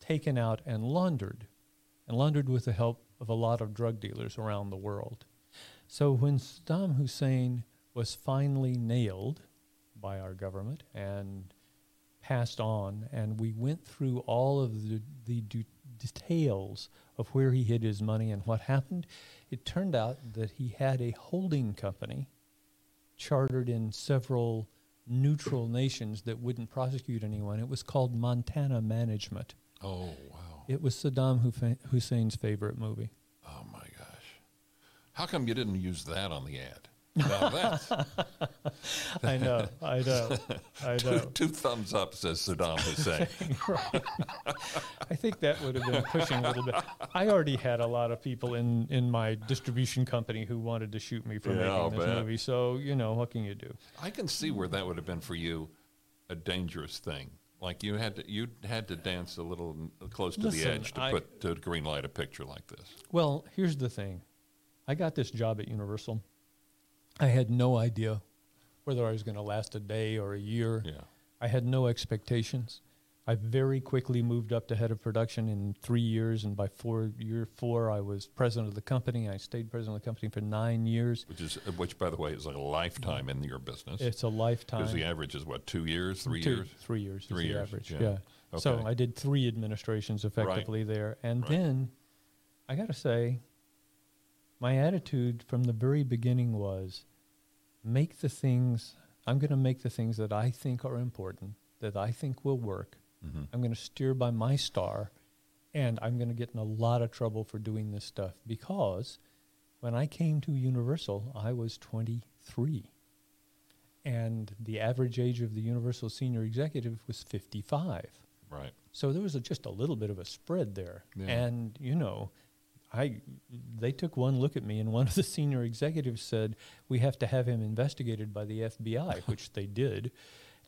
B: taken out and laundered, and laundered with the help of a lot of drug dealers around the world. So when Saddam Hussein was finally nailed by our government and passed on, and we went through all of the, the du- details of where he hid his money and what happened, it turned out that he had a holding company chartered in several neutral nations that wouldn't prosecute anyone. It was called Montana Management.
A: Oh wow.
B: It was Saddam Hufe- Hussein's favorite movie.
A: Oh my gosh. How come you didn't use that on the ad? Now that's
B: I know, I know, I
A: two,
B: know.
A: two thumbs up, says Saddam Hussein.
B: Right. I think that would have been pushing a little bit. I already had a lot of people in, in my distribution company who wanted to shoot me for
A: Yeah, I'll
B: making this
A: bet.
B: movie. So, you know, what can you do?
A: I can see where that would have been for you a dangerous thing. Like you had to, you had to dance a little n- close to the
B: Listen,
A: edge to
B: I-
A: put to green light a picture like this.
B: Well, here's the thing. I got this job at Universal. I had no idea whether I was going to last a day or a year.
A: Yeah.
B: I had no expectations. I very quickly moved up to head of production in three years, and by four year four, I was president of the company. I stayed president of the company for nine years.
A: Which is which, by the way, is like a lifetime in your business.
B: It's a lifetime.
A: Because the average is what two years, three
B: Two-
A: years.
B: Three years.
A: Three
B: is
A: years,
B: The average.
A: yeah.
B: Yeah. So
A: Okay.
B: I did three administrations effectively there, and
A: Right.
B: then I got to say, my attitude from the very beginning was, make the things. I'm going to make the things that I think are important, that I think will work.
A: Mm-hmm.
B: I'm going to steer by my star, and I'm going to get in a lot of trouble for doing this stuff because when I came to Universal, I was 23 and the average age of the Universal senior executive was 55.
A: Right.
B: So there was a, just a little bit of a spread there.
A: Yeah.
B: And, you know, I, they took one look at me, and one of the senior executives said, We have to have him investigated by the FBI, which they did.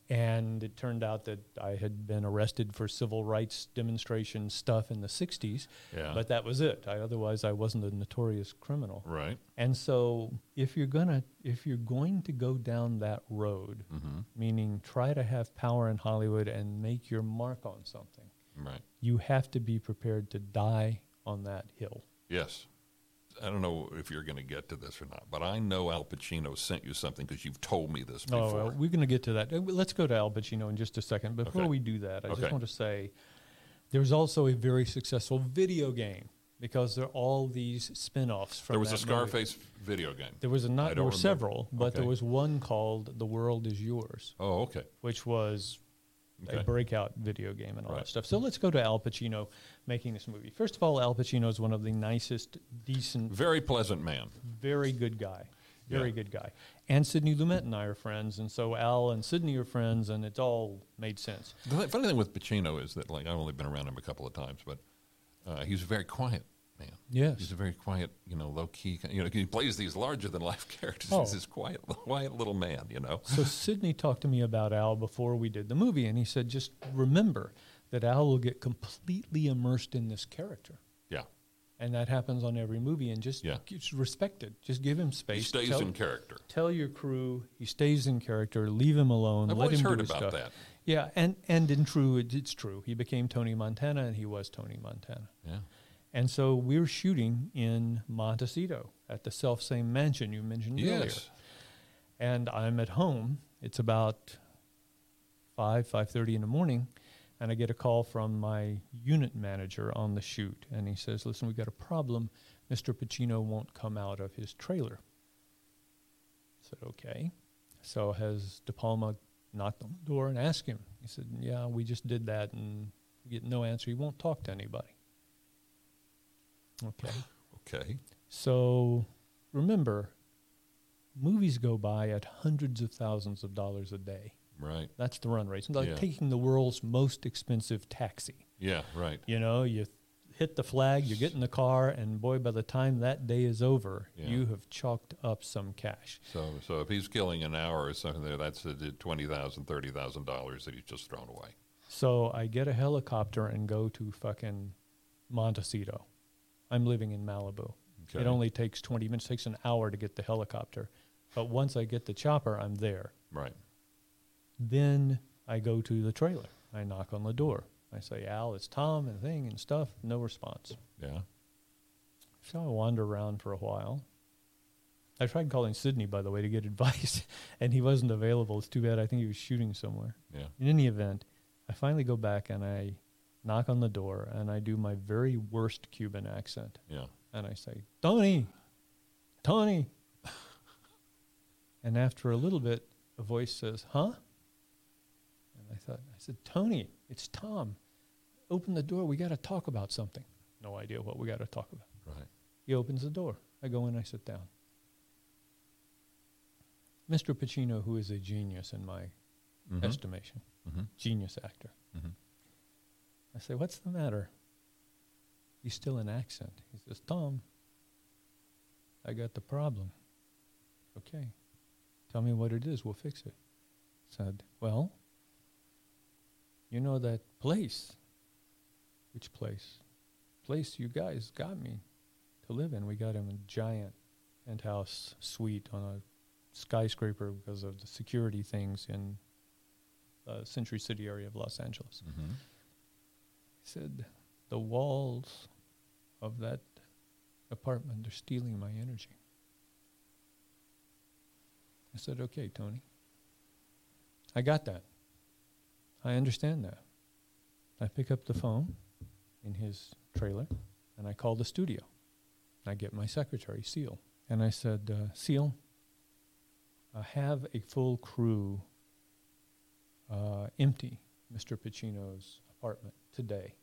B: And it turned out that I had been arrested for civil rights demonstration stuff in the 60s,
A: Yeah.
B: but that was it. I, otherwise, I wasn't a notorious criminal.
A: Right.
B: And so if you're gonna if you're going to go down that road,
A: Mm-hmm.
B: meaning try to have power in Hollywood and make your mark on something,
A: Right.
B: you have to be prepared to die on that hill.
A: Yes. I don't know if you're going to get to this or not, but I know Al Pacino sent you something because you've told me this before.
B: Oh, well, we're going to get to that. Uh, Let's go to Al Pacino in just a second. Before
A: Okay.
B: we do that, I
A: Okay.
B: just want to say there's also a very successful video game because there are all these spin-offs from
A: there was a
B: that movie.
A: Scarface video game.
B: There was a not
A: I
B: there
A: don't
B: were
A: remember.
B: several, but there
A: Okay.
B: was one called The World Is Yours.
A: Oh, okay.
B: which was
A: Okay.
B: a breakout video game and all
A: Right.
B: that stuff. So let's go to Al Pacino making this movie. First of all, Al Pacino is one of the nicest, decent,
A: Very pleasant man.
B: very good guy. Very
A: Yeah.
B: good guy. And Sidney Lumet and I are friends, and so Al and Sidney are friends, and it all made sense.
A: The th- funny thing with Pacino is that, like, I've only been around him a couple of times, but uh, he's a very quiet man.
B: Yes.
A: He's a very quiet, you know, low key. You know, he plays these larger than life characters.
B: Oh.
A: He's this quiet, quiet little man. You know.
B: So Sidney talked to me about Al before we did the movie, and he said, just remember that Al will get completely immersed in this character.
A: Yeah.
B: And that happens on every movie, and just,
A: Yeah.
B: just respect it. Just give him
A: He
B: space.
A: stays
B: Tell-
A: in character.
B: tell your crew he stays in character, leave him alone,
A: I've
B: let
A: always
B: him
A: heard
B: do his
A: about
B: stuff.
A: that.
B: Yeah, and and in true, it, it's true. He became Tony Montana, and he was Tony Montana.
A: Yeah.
B: And so we're shooting in Montecito at the self same mansion you mentioned earlier.
A: Yes.
B: And I'm at home. It's about five five thirty in the morning, and I get a call from my unit manager on the shoot, and he says, "Listen, we've got a problem. Mr. Pacino won't come out of his trailer." I said, "Okay." So has De Palma knocked on the door and asked him? He said, "Yeah, we just did that, and we get no answer. He won't talk to anybody." Okay.
A: Okay.
B: So remember, movies go by at hundreds of thousands of dollars a day.
A: Right.
B: That's the run rate. It's like
A: Yeah.
B: taking the world's most expensive taxi.
A: Yeah. Right.
B: You know, you hit the flag, you get in the car, and boy, by the time that day is over,
A: Yeah.
B: you have chalked up some cash.
A: So, so if he's killing an hour or something there, that's uh, twenty thousand, thirty thousand dollars that he's just thrown away.
B: So I get a helicopter and go to fucking Montecito. I'm living in Malibu.
A: Okay.
B: It only takes 20 minutes, takes an hour to get the helicopter. But once I get the chopper, I'm there.
A: Right.
B: then I go to the trailer. I knock on the door. I say, Al, it's Tom and thing and stuff. No response.
A: Yeah.
B: So I wander around for a while. I tried calling Sydney, by the way, to get advice, and he wasn't available. It's too bad. I think he was shooting somewhere.
A: Yeah.
B: In any event, I finally go back and I knock on the door and I do my very worst Cuban accent
A: Yeah.
B: and I say, Tony, Tony. and after a little bit, a voice says, Huh? And I thought, I said, Tony, it's Tom. Open the door. We got to talk about something. No idea what we got to talk about.
A: Right.
B: He opens the door. I go in, I sit down. Mr. Pacino, who is a genius in my
A: Mm-hmm.
B: estimation,
A: Mm-hmm.
B: genius actor. I say, What's the matter? He's still in accent. He says, Tom, I got the problem. Okay. Tell me what it is. We'll fix it. Said, Well, you know that place. Which place? Place you guys got me to live in. We got him a giant penthouse suite on a skyscraper because of the security things in the Century City area of Los Angeles.
A: Mm-hmm.
B: He said, The walls of that apartment are stealing my energy. I said, Okay, Tony. I got that. I understand that. I pick up the phone in his trailer and I call the studio. I get my secretary, Seal. And I said, uh, Seal, I have a full crew uh, empty Mr. Pacino's apartment today.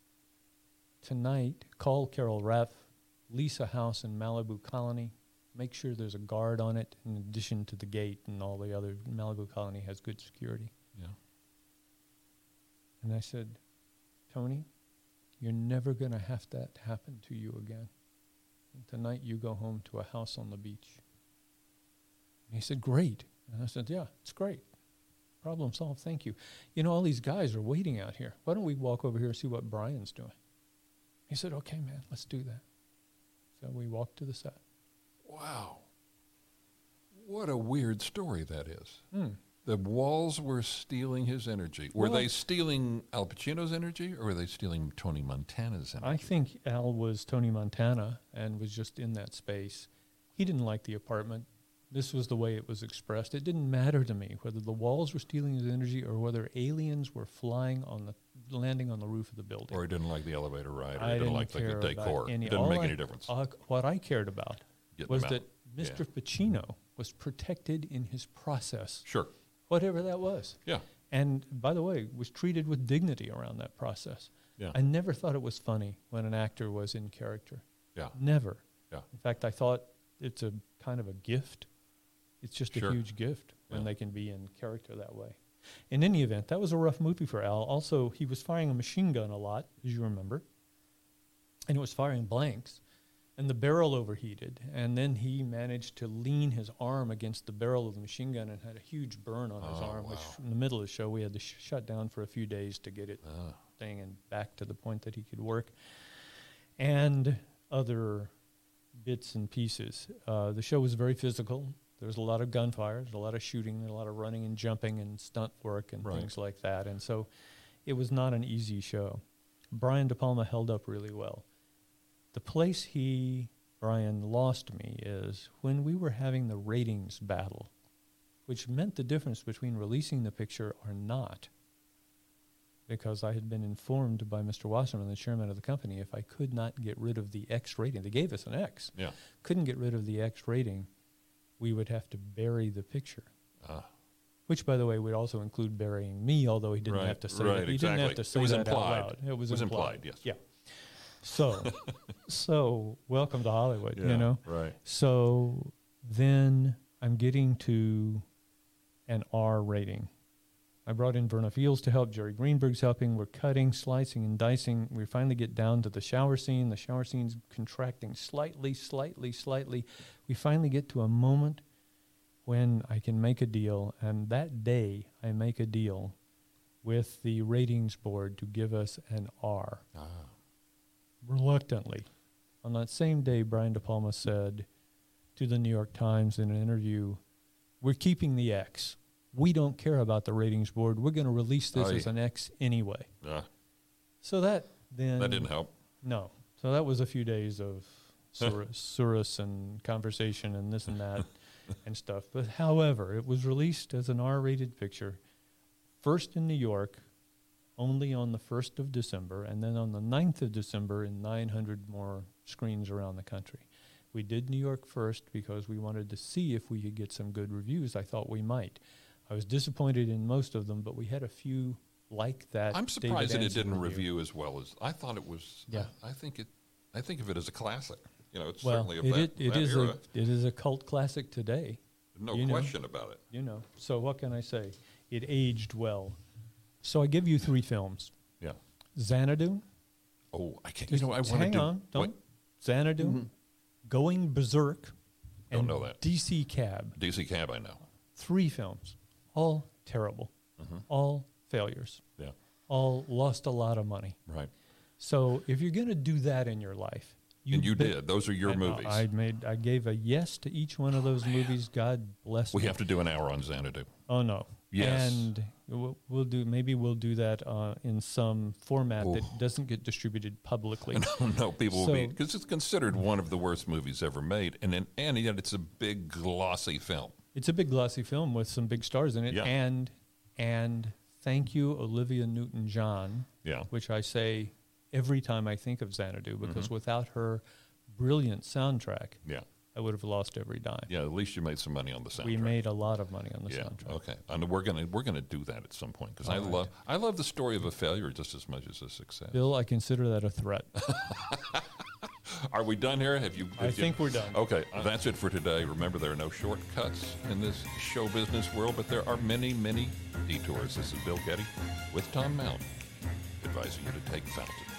B: Tonight, call Carol Reff, lease a house in Malibu Colony, make sure there's a guard on it in addition to the gate and all the other. Malibu Colony has good security.
A: Yeah.
B: And I said, Tony, you're never going to have that happen to you again. And tonight you go home to a house on the beach. And he said, Great. And I said, Yeah, it's great. Problem solved. Thank you. You know, all these guys are waiting out here. Why don't we walk over here and see what Brian's doing? He said, Okay, man, let's do that. So we walked to the set.
A: Wow. What a weird story that is.
B: Hmm.
A: The walls were stealing his energy. Were
B: Well, I-
A: they stealing Al Pacino's energy or were they stealing Tony Montana's energy?
B: I think Al was Tony Montana and was just in that space. He didn't like the apartment. This was the way it was expressed. It didn't matter to me whether the walls were stealing his energy or whether aliens were flying on the landing on the roof of the building.
A: or he didn't like the elevator ride, or
B: I
A: he didn't
B: didn't
A: like the,
B: care
A: the
B: about
A: decor.
B: any-
A: it didn't
B: all
A: make
B: I-
A: any difference.
B: Uh, what I cared about
A: Getting
B: was
A: them
B: that
A: out.
B: Mr.
A: Yeah.
B: Pacino was protected in his process,
A: Sure.
B: whatever that was.
A: Yeah.
B: And by the way, was treated with dignity around that process.
A: Yeah.
B: I never thought it was funny when an actor was in character.
A: yeah.
B: Never.
A: Yeah.
B: In fact, I thought it's a kind of a gift. It's just
A: Sure.
B: a huge gift when
A: Yeah.
B: they can be in character that way. In any event, that was a rough movie for Al. Also, he was firing a machine gun a lot, as you remember, and it was firing blanks, and the barrel overheated. And then he managed to lean his arm against the barrel of the machine gun and had a huge burn on his
A: Oh,
B: arm, which
A: wow.
B: in the middle of the show we had to sh- shut down for a few days to get it
A: Ah,
B: thing and back to the point that he could work and other bits and pieces. Uh, the show was very physical. There was a lot of gunfire, there's a lot of shooting, a lot of running and jumping and stunt work and
A: Right.
B: things like that. And so it was not an easy show. Brian De Palma held up really well. The place he, Brian, lost me is when we were having the ratings battle, which meant the difference between releasing the picture or not because I had been informed by Mr. Wasserman, the chairman of the company, if I could not get rid of the X rating, they gave us an X,
A: yeah.
B: couldn't get rid of the X rating, we would have to bury the picture.
A: Ah.
B: Which, by the way, would also include burying me, although he didn't
A: Right,
B: have to say
A: right,
B: that. He didn't
A: exactly.
B: have to
A: It
B: say
A: was
B: that
A: implied.
B: out loud. It was,
A: It was
B: implied.
A: implied, yes.
B: Yeah. So, so welcome to Hollywood.
A: Yeah,
B: You know.
A: Right.
B: So then I'm getting to an R rating. I brought in Verna Fields to help. Jerry Greenberg's helping. We're cutting, slicing, and dicing. We finally get down to the shower scene. The shower scene's contracting slightly, slightly, slightly. We finally get to a moment when I can make a deal. And that day, I make a deal with the ratings board to give us an R
A: Ah.
B: reluctantly. On that same day, Brian De Palma said to the New York Times in an interview, We're keeping the X. we don't care about the ratings board. We're going to release this
A: Oh,
B: as
A: yeah.
B: an X anyway.
A: Uh,
B: So that then
A: that didn't help.
B: No. So that was a few days of sur- surus and conversation and this and that and stuff. But however, it was released as an R-rated picture, first in New York, only on the 1st of December, and then on the 9th of December in 900 more screens around the country. We did New York first because we wanted to see if we could get some good reviews. I thought we might. I was disappointed in most of them, but we had a few like that.
A: I'm
B: David
A: surprised that it
B: Anson
A: didn't
B: review.
A: review as well as I thought it was.
B: Yeah.
A: I, I think it. I think of it as a classic. You know, it's
B: well,
A: certainly of
B: it,
A: that,
B: it, it
A: that
B: is
A: era.
B: a it is a cult classic today.
A: no
B: you know.
A: question about it.
B: You know. So what can I say? It aged well. So I give you three films:
A: Yeah.
B: Xanadu.
A: Oh, I can't.
B: Just
A: you know, I want
B: hang
A: to Mm-hmm. do.
B: on.
A: wait,
B: Don't Xanadu. Going Berserk.
A: Don't
B: and
A: know that.
B: DC Cab.
A: DC Cab, I know.
B: Three films, all terrible,
A: Mm-hmm.
B: all failures,
A: Yeah.
B: all lost a lot of money.
A: Right.
B: So if you're going to do that in your life, you
A: and you
B: bet-
A: did. Those are your
B: I-
A: movies. Oh,
B: I made. I gave a yes to each one of those movies. God bless.
A: we
B: me.
A: have to do an hour on Xanadu.
B: Oh no.
A: Yes.
B: And we'll, we'll do. Maybe we'll do that uh, in some format
A: Ooh.
B: that doesn't get distributed publicly.
A: no, people will be
B: So-
A: because it's considered one of the worst movies ever made, and then and yet it's a big glossy film.
B: it's a big glossy film with some big stars in it.
A: Yeah.
B: And and thank you, Olivia Newton-John.
A: Yeah.
B: Which I say every time I think of Xanadu because
A: Mm-hmm.
B: without her brilliant soundtrack,
A: Yeah.
B: I would have lost every dime.
A: Yeah. At least you made some money on the soundtrack.
B: We made a lot of money on the
A: Yeah.
B: soundtrack.
A: Okay. And we're gonna we're gonna do that at some point because I
B: All right.
A: love I love the story of a failure just as much as a success.
B: Bill, I consider that a threat.
A: Are we done here? Have you?
B: I
A: have you-
B: think we're done.
A: Okay, that's it for today. Remember, there are no shortcuts in this show business world, but there are many, many detours. This is Bill Getty with Tom Mount advising you to take Fountain.